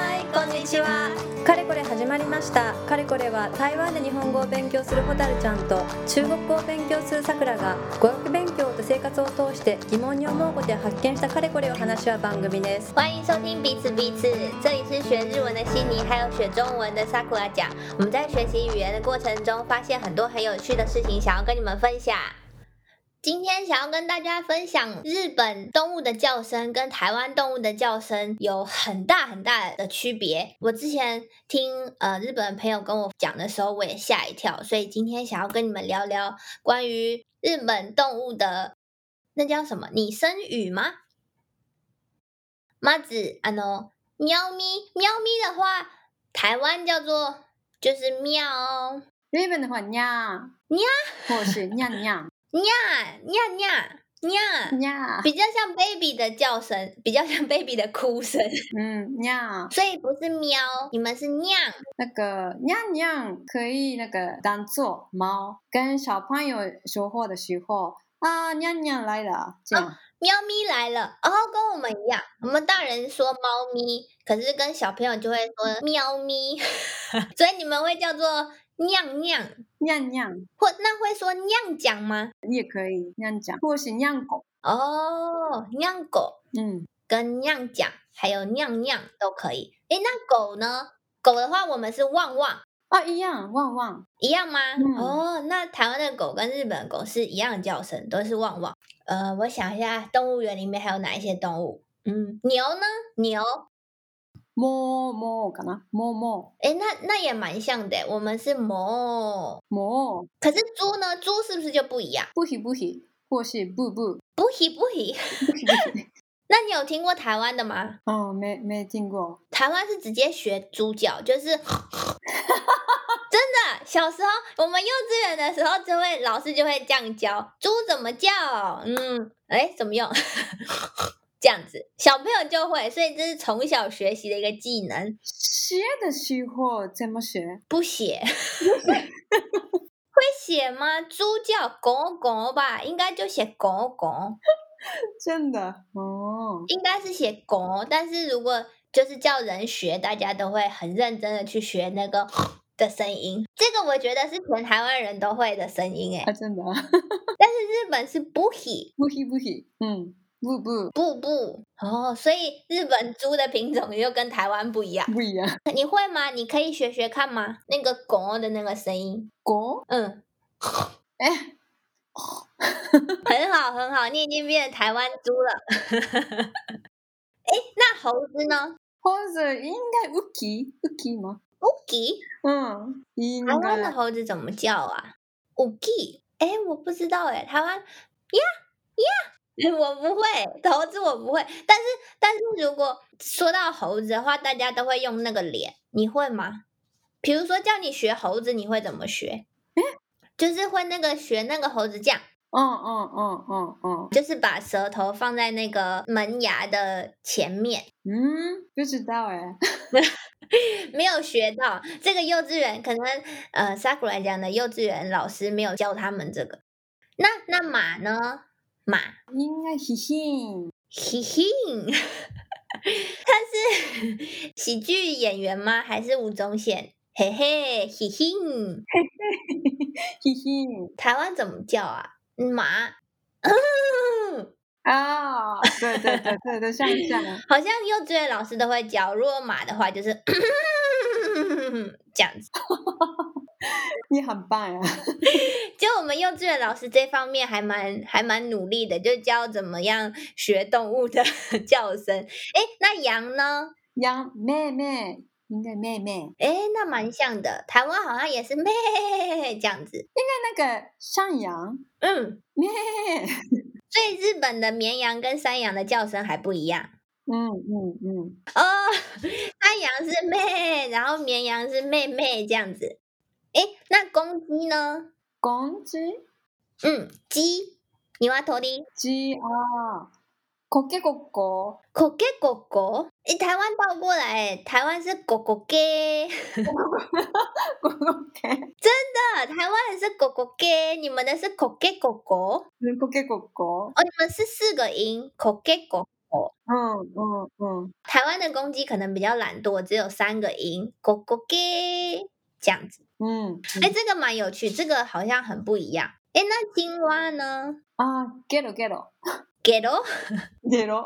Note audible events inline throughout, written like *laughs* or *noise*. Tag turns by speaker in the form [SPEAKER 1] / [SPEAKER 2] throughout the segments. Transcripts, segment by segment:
[SPEAKER 1] んしは
[SPEAKER 2] かれこれ始まりましたかれこれは台湾で日本語を勉強するホタルちゃんと中国語を勉強するさくらが語学勉強と生活を通して疑問に思うことや発見したかれこれを話し合う番組です
[SPEAKER 1] 欢迎收听彼此彼此，这里是学日文的悉尼，还有学中文的 Sakura 讲。我们在学习语言的过程中，发现很多很有趣的事情，想要跟你们分享。今天想要跟大家分享，日本动物的叫声跟台湾动物的叫声有很大很大的区别。我之前听呃日本朋友跟我讲的时候，我也吓一跳，所以今天想要跟你们聊聊关于日本动物的那叫什么拟声语吗？まず、あの、啊喵咪、喵咪的话，台湾叫做就是喵
[SPEAKER 3] 日本的话，にゃ
[SPEAKER 1] に
[SPEAKER 3] ゃ，或是にゃにゃ
[SPEAKER 1] nha nha nha nha，
[SPEAKER 3] にゃ，
[SPEAKER 1] 比较像 baby 的叫声，比较像 *laughs* baby 的哭声，
[SPEAKER 3] 嗯，にゃ，
[SPEAKER 1] 所以不是喵，你们是酿
[SPEAKER 3] 那个にゃにゃ可以那个当做猫，跟小朋友说话的时候啊，にゃにゃ来了，这样，
[SPEAKER 1] 喵咪来了，然、后跟我们一样，我们大人说猫咪，可是跟小朋友就会说喵咪， *laughs* 所以你们会叫做酿酿，
[SPEAKER 3] にゃにゃ
[SPEAKER 1] 或那会说酿讲吗？
[SPEAKER 3] 也可以那样讲，或是にゃん狗，
[SPEAKER 1] 哦，酿狗。
[SPEAKER 3] 嗯，
[SPEAKER 1] 跟酿讲，还有酿酿都可以。诶，那狗呢？狗的话，我们是旺旺，
[SPEAKER 3] 啊，一样，旺旺，
[SPEAKER 1] 一样吗？
[SPEAKER 3] 嗯
[SPEAKER 1] 哦，那台湾的狗跟日本的狗是一样的叫声，都是旺旺。呃，我想一下，动物园里面还有哪一些动物？嗯，牛呢？牛，
[SPEAKER 3] ももかな，もも
[SPEAKER 1] 诶，那那也蛮像的。我们是哞，
[SPEAKER 3] も，
[SPEAKER 1] 可是猪呢？猪是不是就不一样？
[SPEAKER 3] 不ひ不ひ，或是不不，
[SPEAKER 1] 不喜不喜。
[SPEAKER 3] 不ひ不ひ，
[SPEAKER 1] *laughs* 那你有听过台湾的吗？
[SPEAKER 3] 哦，没没听过，
[SPEAKER 1] 台湾是直接学猪叫，就是真的。小时候我们幼稚园的时候，就会老师就会这样教猪怎么叫，嗯，哎，怎么用？ *laughs* 这样子，小朋友就会，所以这是从小学习的一个技能。
[SPEAKER 3] 学的时候怎么学？
[SPEAKER 1] 不写，会写吗？猪叫狗狗吧，应该就写狗狗。
[SPEAKER 3] 真的，哦。
[SPEAKER 1] 应该是写狗，但是如果就是叫人学，大家都会很认真的去学那个的声音。这个我觉得是全台湾人都会的声音，
[SPEAKER 3] 啊，
[SPEAKER 1] 哎，
[SPEAKER 3] 真的啊，
[SPEAKER 1] 日本是不 h
[SPEAKER 3] 不ひ不ひ，嗯，不不
[SPEAKER 1] 不不哦，所以日本猪的品种又跟台湾不一样。
[SPEAKER 3] 不一样。
[SPEAKER 1] 你会吗？你可以学学看吗？那个狗的那个声音，
[SPEAKER 3] 国
[SPEAKER 1] 嗯，
[SPEAKER 3] 哎，
[SPEAKER 1] 很好很好，你已经变成台湾猪了。 *laughs* 哎，那猴子呢？
[SPEAKER 3] 或者应该 uki uki 吗？
[SPEAKER 1] 乌鸡。
[SPEAKER 3] 嗯，应
[SPEAKER 1] 台湾的
[SPEAKER 3] 该
[SPEAKER 1] 猴子怎么叫啊？五 G？哎，我不知道哎，台湾呀呀，我不会猴子，我不会。但是但是如果说到猴子的话，大家都会用那个脸，你会吗？比如说叫你学猴子，你会怎么学？就是会那个学那个猴子酱，
[SPEAKER 3] 嗯嗯嗯嗯嗯，
[SPEAKER 1] 就是把舌头放在那个门牙的前面。
[SPEAKER 3] 嗯，不知道哎，
[SPEAKER 1] 没有学到这个幼稚园，可能呃，Sakura 讲的幼稚园老师没有教他们这个。那那马呢？马
[SPEAKER 3] 应该嘻嘻，
[SPEAKER 1] 嘿嘿， *laughs* 他是 *laughs* 喜剧演员吗？还是吴宗宪？嘿嘿，嘿嘿，
[SPEAKER 3] 嘻嘻
[SPEAKER 1] 台湾怎么叫啊？马，
[SPEAKER 3] 啊，对对对对对，像像，
[SPEAKER 1] 好像幼稚园老师都会教。如果马的话，就是 *coughs* 这样子。
[SPEAKER 3] 你很棒呀，
[SPEAKER 1] 就我们幼稚园老师这方面还蛮还蛮努力的，就教怎么样学动物的 *laughs* 叫声。诶，那羊呢？
[SPEAKER 3] 杨妹妹，应该妹妹，
[SPEAKER 1] 诶，那蛮像的。台湾好像也是咩这样子。
[SPEAKER 3] 那个山羊
[SPEAKER 1] 嗯，
[SPEAKER 3] 咩，
[SPEAKER 1] 所以日本的绵羊跟山羊的叫声还不一样
[SPEAKER 3] 嗯嗯嗯，
[SPEAKER 1] 哦。 *laughs* 山羊是咩，然后绵羊是妹妹这样子。诶，那公鸡呢？
[SPEAKER 3] 公鸡。
[SPEAKER 1] 嗯，鸡，你ワトリ。
[SPEAKER 3] 鸡啊，コケコッ *laughs* コ，
[SPEAKER 1] 狗给狗狗，诶，台湾倒过来，诶台湾是狗狗给。啊，台
[SPEAKER 3] コケ，
[SPEAKER 1] 湾的是狗狗给，你们的是狗给狗狗，
[SPEAKER 3] コケコッコ，
[SPEAKER 1] 哦，你们是四个音，狗给狗狗。候。
[SPEAKER 3] 嗯嗯嗯，
[SPEAKER 1] 台湾的公鸡可能比较懒惰，只有三个音，咕咕给这样子。
[SPEAKER 3] 嗯，
[SPEAKER 1] 哎、这个蛮有趣，这个好像很不一样。哎，那青蛙呢？
[SPEAKER 3] あー、ゲロゲロ。
[SPEAKER 1] ゲロ
[SPEAKER 3] ゲロ。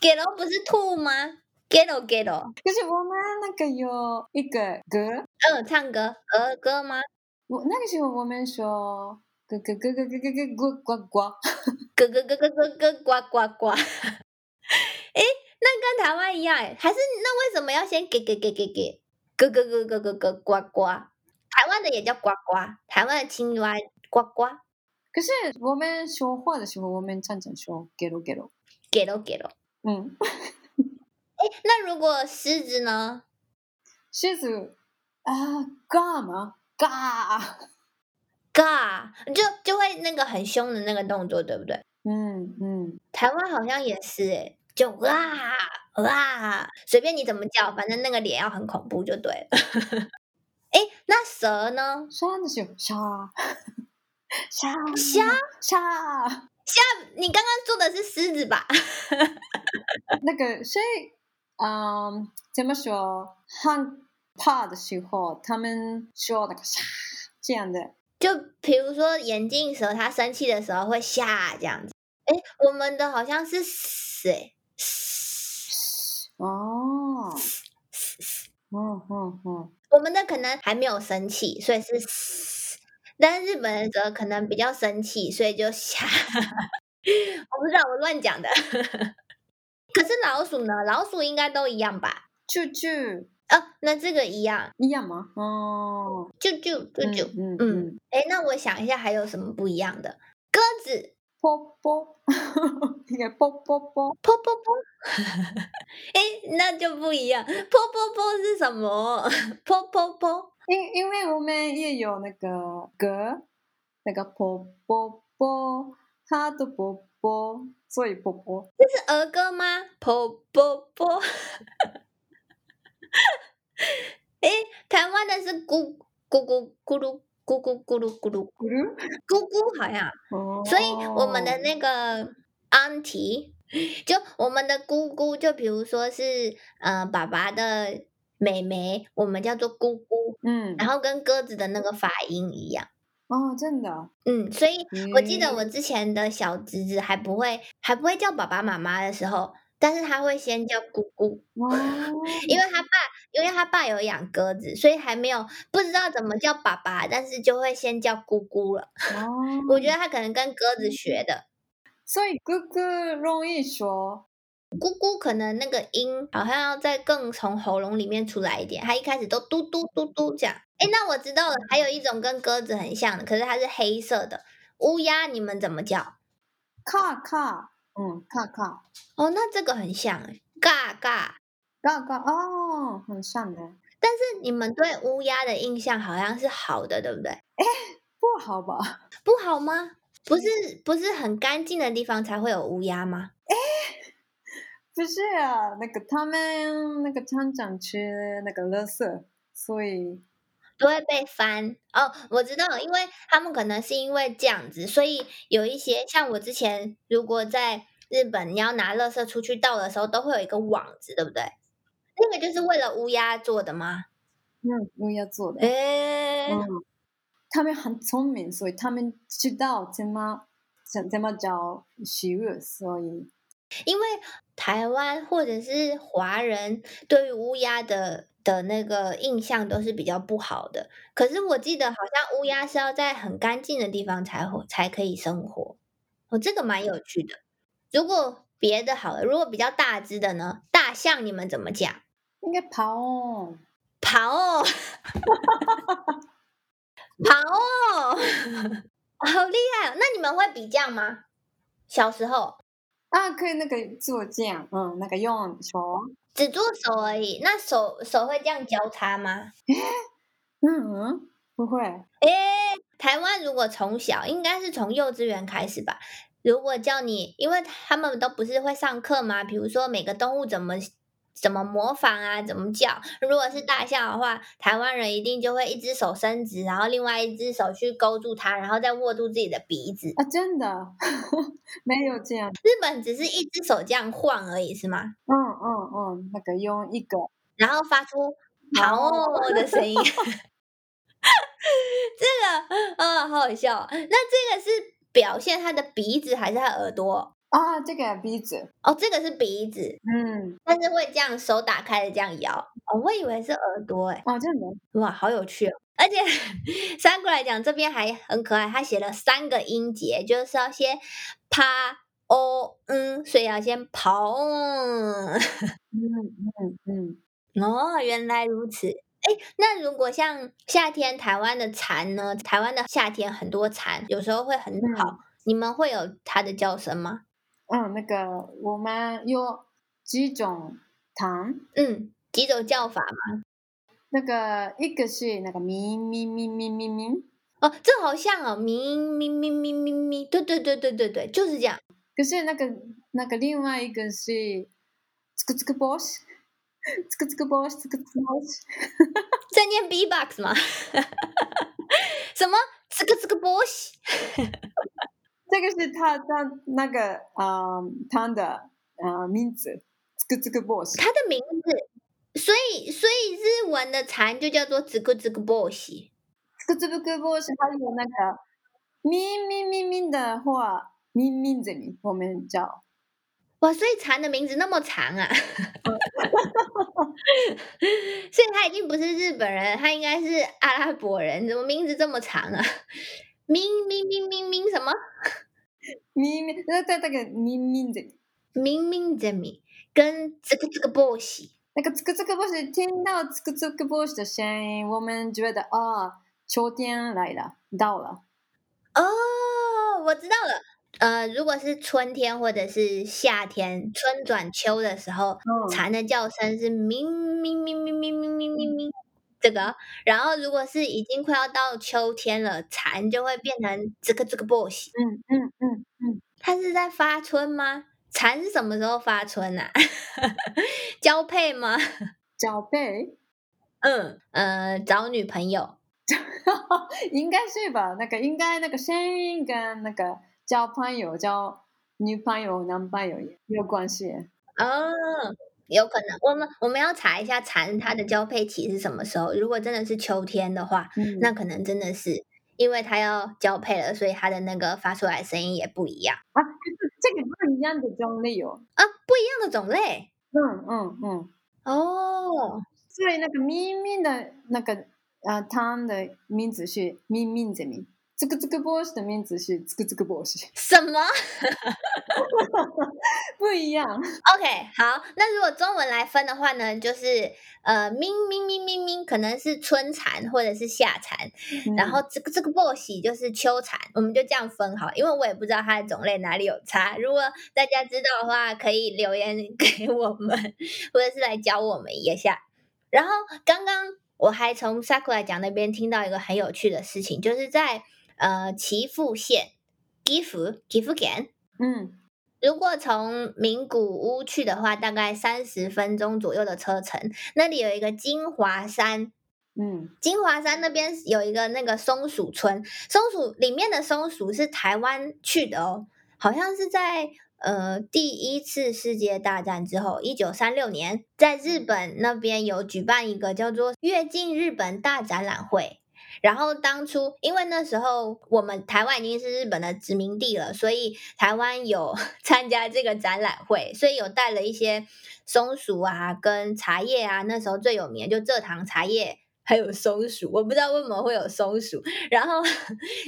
[SPEAKER 1] ゲロ不是吐吗？ゲロゲロ，
[SPEAKER 3] 可是我们那个有一个歌，
[SPEAKER 1] 呃，唱歌儿歌吗？
[SPEAKER 3] 我那个时候我们说咯咯咯咯咯咯咯咯呱呱呱。
[SPEAKER 1] 咯咯咯咯咯咯呱呱呱。 *laughs* 哎，那跟台湾一样哎，还是那为什么要先给给给给给咯咯咯咯咯咯呱呱？台湾的也叫呱呱，台湾的青蛙呱呱，
[SPEAKER 3] 可是我们说话的时候，我们常常说ゲロゲロ。
[SPEAKER 1] 给喽给喽。
[SPEAKER 3] 嗯，
[SPEAKER 1] 那如果狮子呢？
[SPEAKER 3] 狮子啊，嘎嘛嘎。
[SPEAKER 1] 嘎，就就会那个很凶的那个动作，对不对？
[SPEAKER 3] 嗯嗯
[SPEAKER 1] 台湾好像也是哎，就哇哇，随便你怎么叫，反正那个脸要很恐怖就对了。 *laughs* 哎，那蛇呢？
[SPEAKER 3] 啥的时候啥啥
[SPEAKER 1] 虾
[SPEAKER 3] 啥
[SPEAKER 1] 你刚刚做的是狮子吧？ *laughs*
[SPEAKER 3] 那个谁嗯怎么说很怕的时候，他们说那个啥这样的。
[SPEAKER 1] 就比如说眼镜蛇，它生气的时候会吓这样子。哎，我们的好像是死诶嘶
[SPEAKER 3] 哦，嗯嗯嗯，
[SPEAKER 1] 我们的可能还没有生气，所以是嘶但是日本的蛇可能比较生气，所以就吓。 *laughs* 我不知道，我乱讲的。 *laughs* 可是老鼠呢？老鼠应该都一样吧？
[SPEAKER 3] 啾啾
[SPEAKER 1] 哦，那这个一样，
[SPEAKER 3] 一样吗？哦，
[SPEAKER 1] 啾啾啾啾。嗯
[SPEAKER 3] 嗯嗯，
[SPEAKER 1] 哎、那我想一下还有什么不一样的？鸽子，
[SPEAKER 3] 啵啵， *laughs* 应该啵啵啵，
[SPEAKER 1] 噗噗噗， *laughs* 哎、那就不一样。噗噗噗是什么？ *laughs* 噗噗噗，
[SPEAKER 3] 因因为我们也有那个歌，那个啵啵啵，哈的啵啵，所以啵啵，
[SPEAKER 1] 这是儿歌吗？噗噗噗。 *laughs* 哎、台湾的是咕咕咕咕噜咕咕咕噜咕噜
[SPEAKER 3] 咕噜，
[SPEAKER 1] 咕咕，好像。
[SPEAKER 3] 哦，
[SPEAKER 1] 所以我们的那个 auntie，就我们的姑姑，就比如说是呃爸爸的妹妹，我们叫做姑姑，
[SPEAKER 3] 嗯，
[SPEAKER 1] 然后跟鸽子的那个发音一样。
[SPEAKER 3] 哦，真的，
[SPEAKER 1] 嗯，所以我记得
[SPEAKER 3] 嗯
[SPEAKER 1] 我之前的小侄子还不会还不会叫爸爸妈妈的时候，但是他会先叫姑姑，
[SPEAKER 3] 哦，
[SPEAKER 1] 因为他爸因为他爸有养鸽子，所以还没有不知道怎么叫爸爸，但是就会先叫姑姑了。
[SPEAKER 3] 哦，
[SPEAKER 1] 我觉得他可能跟鸽子学的，
[SPEAKER 3] 所以哥哥容易说，
[SPEAKER 1] 姑姑可能那个音好像要再更从喉咙里面出来一点，它一开始都嘟嘟嘟嘟这样。哎，那我知道了，还有一种跟鸽子很像的，可是它是黑色的乌鸦，你们怎么叫？
[SPEAKER 3] 咔咔，嗯，咔咔。
[SPEAKER 1] 哦，那这个很像哎，嘎嘎。
[SPEAKER 3] 嘎嘎哦，很像的，
[SPEAKER 1] 但是你们对乌鸦的印象好像是好的，对不对？
[SPEAKER 3] 不好吧？
[SPEAKER 1] 不好吗？不是不是很干净的地方才会有乌鸦吗？
[SPEAKER 3] 不是啊，那个他们那个厂长吃那个垃圾，所以
[SPEAKER 1] 都会被翻哦。我知道，因为他们可能是因为这样子，所以有一些像我之前如果在日本，你要拿垃圾出去倒的时候，都会有一个网子，对不对？那个就是为了乌鸦做的吗？
[SPEAKER 3] 嗯，乌鸦做的。
[SPEAKER 1] 诶、
[SPEAKER 3] 嗯，他们很聪明，所以他们知道怎么怎怎么找食物，所以
[SPEAKER 1] 因为台湾或者是华人对于乌鸦的的那个印象都是比较不好的。可是我记得好像乌鸦是要在很干净的地方才活才可以生活，哦，这个蛮有趣的。如果别的好了，如果比较大只的呢，大象你们怎么讲？
[SPEAKER 3] 应该跑哦。
[SPEAKER 1] 跑哦， *laughs* 跑哦， *laughs* 好厉害、哦！那你们会比较吗？小时候？
[SPEAKER 3] 啊，可以那个做这样，嗯，那个用手，
[SPEAKER 1] 只做手而已，那手手会这样交叉吗？
[SPEAKER 3] 嗯，不会，
[SPEAKER 1] 诶，台湾如果从小应该是从幼稚园开始吧。如果叫你，因为他们都不是会上课吗？比如说每个动物怎么怎么模仿啊，怎么叫。如果是大象的话，台湾人一定就会一只手伸直，然后另外一只手去勾住它，然后再握住自己的鼻子。
[SPEAKER 3] 啊，真的 *laughs* 没有这样。
[SPEAKER 1] 日本只是一只手这样晃而已，是吗？
[SPEAKER 3] 嗯嗯嗯，那个用一个
[SPEAKER 1] 然后发出“好哦”的声音。 *laughs* 这个啊、好好笑哦。那这个是表现他的鼻子还是他耳朵？
[SPEAKER 3] 啊，这个鼻子，
[SPEAKER 1] 哦，这个是鼻子，
[SPEAKER 3] 嗯，
[SPEAKER 1] 但是会这样手打开的这样摇。哦，我以为是耳朵诶
[SPEAKER 3] 啊，真的，
[SPEAKER 1] 哇，好有趣哦！而且 *laughs* 三过来讲，这边还很可爱，他写了三个音节，就是要先啪哦嗯，所以要先跑嗯。
[SPEAKER 3] 嗯嗯，
[SPEAKER 1] 哦，原来如此。哎，那如果像夏天台湾的蝉呢？台湾的夏天很多蝉，有时候会很吵，你们会有它的叫声吗？
[SPEAKER 3] 嗯，那个我们有几种糖，
[SPEAKER 1] 嗯，几种叫法嘛。
[SPEAKER 3] 那个一个是那个咪咪咪咪咪咪，
[SPEAKER 1] 哦，这好像哦，咪咪咪咪咪咪，对对对对对对，就是这样。
[SPEAKER 3] 可是那个那个另外一个是这个这个 *laughs* boss，这个这个 boss，这个 boss，
[SPEAKER 1] 在念 B-box 吗？ *laughs* 什么？这个这个波西？
[SPEAKER 3] 这个是他他那个啊、呃、他的呃名字，这个这个 boss，
[SPEAKER 1] 它的名字，所以所以日文的蝉就叫做这个这个波西。
[SPEAKER 3] 这个这个 boss 还有那个咪咪咪咪的话，咪咪这里我们叫
[SPEAKER 1] 哇，所以蝉的名字那么长啊！ *laughs* 所以他已经不是日本人，他应该是阿拉伯人，怎么名字这么长啊？明明明明明什么？
[SPEAKER 3] 咪咪，那那那个咪咪这里，
[SPEAKER 1] 明明这明跟这个这个波西。
[SPEAKER 3] 那个这个这个 boss 听到这个这个 boss 的声音，我们觉得啊，秋天来了，到了。
[SPEAKER 1] 哦，我知道了。呃，如果是春天或者是夏天，春转秋的时候，
[SPEAKER 3] 嗯
[SPEAKER 1] 蝉的叫声是明明明明明明明明明这个。然后如果是已经快要到秋天了，蝉就会变成这个这个 boss。
[SPEAKER 3] 嗯嗯嗯嗯，
[SPEAKER 1] 它是在发春吗？蝉是什么时候发春呐、 *laughs* 交配吗？
[SPEAKER 3] 脚背
[SPEAKER 1] 嗯，呃，找女朋友。
[SPEAKER 3] 应该是吧？那个应该那个声音跟那个交朋友、交女朋友、男朋友也有关系。
[SPEAKER 1] 哦，有可能。我们我们要查一下蝉它的交配期是什么时候。如果真的是秋天的话，
[SPEAKER 3] 嗯，
[SPEAKER 1] 那可能真的是因为它要交配了，所以它的那个发出来的声音也不一样
[SPEAKER 3] 啊，可是这个不一样的种类哦。
[SPEAKER 1] 啊，不一样的种类
[SPEAKER 3] 嗯嗯嗯，
[SPEAKER 1] 哦。
[SPEAKER 3] 所以那个咪咪的那个呃，他的名字是咪咪这咪。这个这个 boss 的名字是这个这个 boss，
[SPEAKER 1] 什么
[SPEAKER 3] 不一样。
[SPEAKER 1] ？OK，好，那如果中文来分的话呢，就是呃，明明明明明，可能是春蝉或者是夏蝉，然后这个这个 boss 就是秋蝉，我们就这样分好了，因为我也不知道它的种类哪里有差。如果大家知道的话，可以留言给我们，或者是来教我们一下。然后刚刚我还从 Sakura 讲那边听到一个很有趣的事情，就是在呃岐阜县岐阜岐阜县。
[SPEAKER 3] 嗯
[SPEAKER 1] 如果从名古屋去的话，大概三十分钟左右的车程。那里有一个金华山，
[SPEAKER 3] 嗯
[SPEAKER 1] 金华山那边有一个那个松鼠村，松鼠里面的松鼠是台湾去的哦，好像是在呃第一次世界大战之后，一九三六年，在日本那边有举办一个叫做“跃进日本大展览会”。然后当初，因为那时候我们台湾已经是日本的殖民地了，所以台湾有 *laughs* 参加这个展览会，所以有带了一些松鼠啊，跟茶叶啊。那时候最有名的就蔗糖茶叶，还有松鼠。我不知道为什么会有松鼠。然后，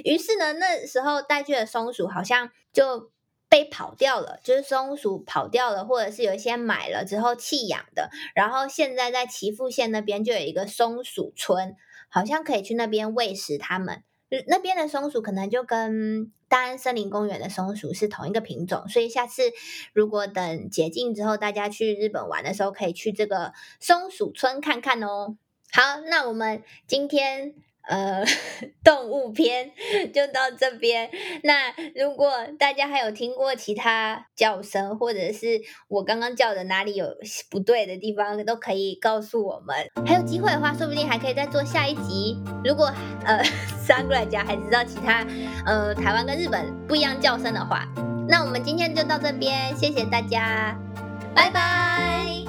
[SPEAKER 1] 于是呢，那时候带去的松鼠好像就被跑掉了，就是松鼠跑掉了，或者是有一些买了之后弃养的。然后现在在岐阜县那边就有一个松鼠村，好像可以去那边喂食它们。呃那边的松鼠可能就跟大安森林公园的松鼠是同一个品种，所以下次如果等解禁之后，大家去日本玩的时候，可以去这个松鼠村看看哦。好，那我们今天呃 *laughs* 动物篇 *laughs* 就到这边。那如果大家还有听过其他叫声，或者是我刚刚叫的哪里有不对的地方，都可以告诉我们。还有机会的话，说不定还可以再做下一集。如果呃 Sakura 家还知道其他呃台湾跟日本不一样叫声的话，那我们今天就到这边，谢谢大家，拜拜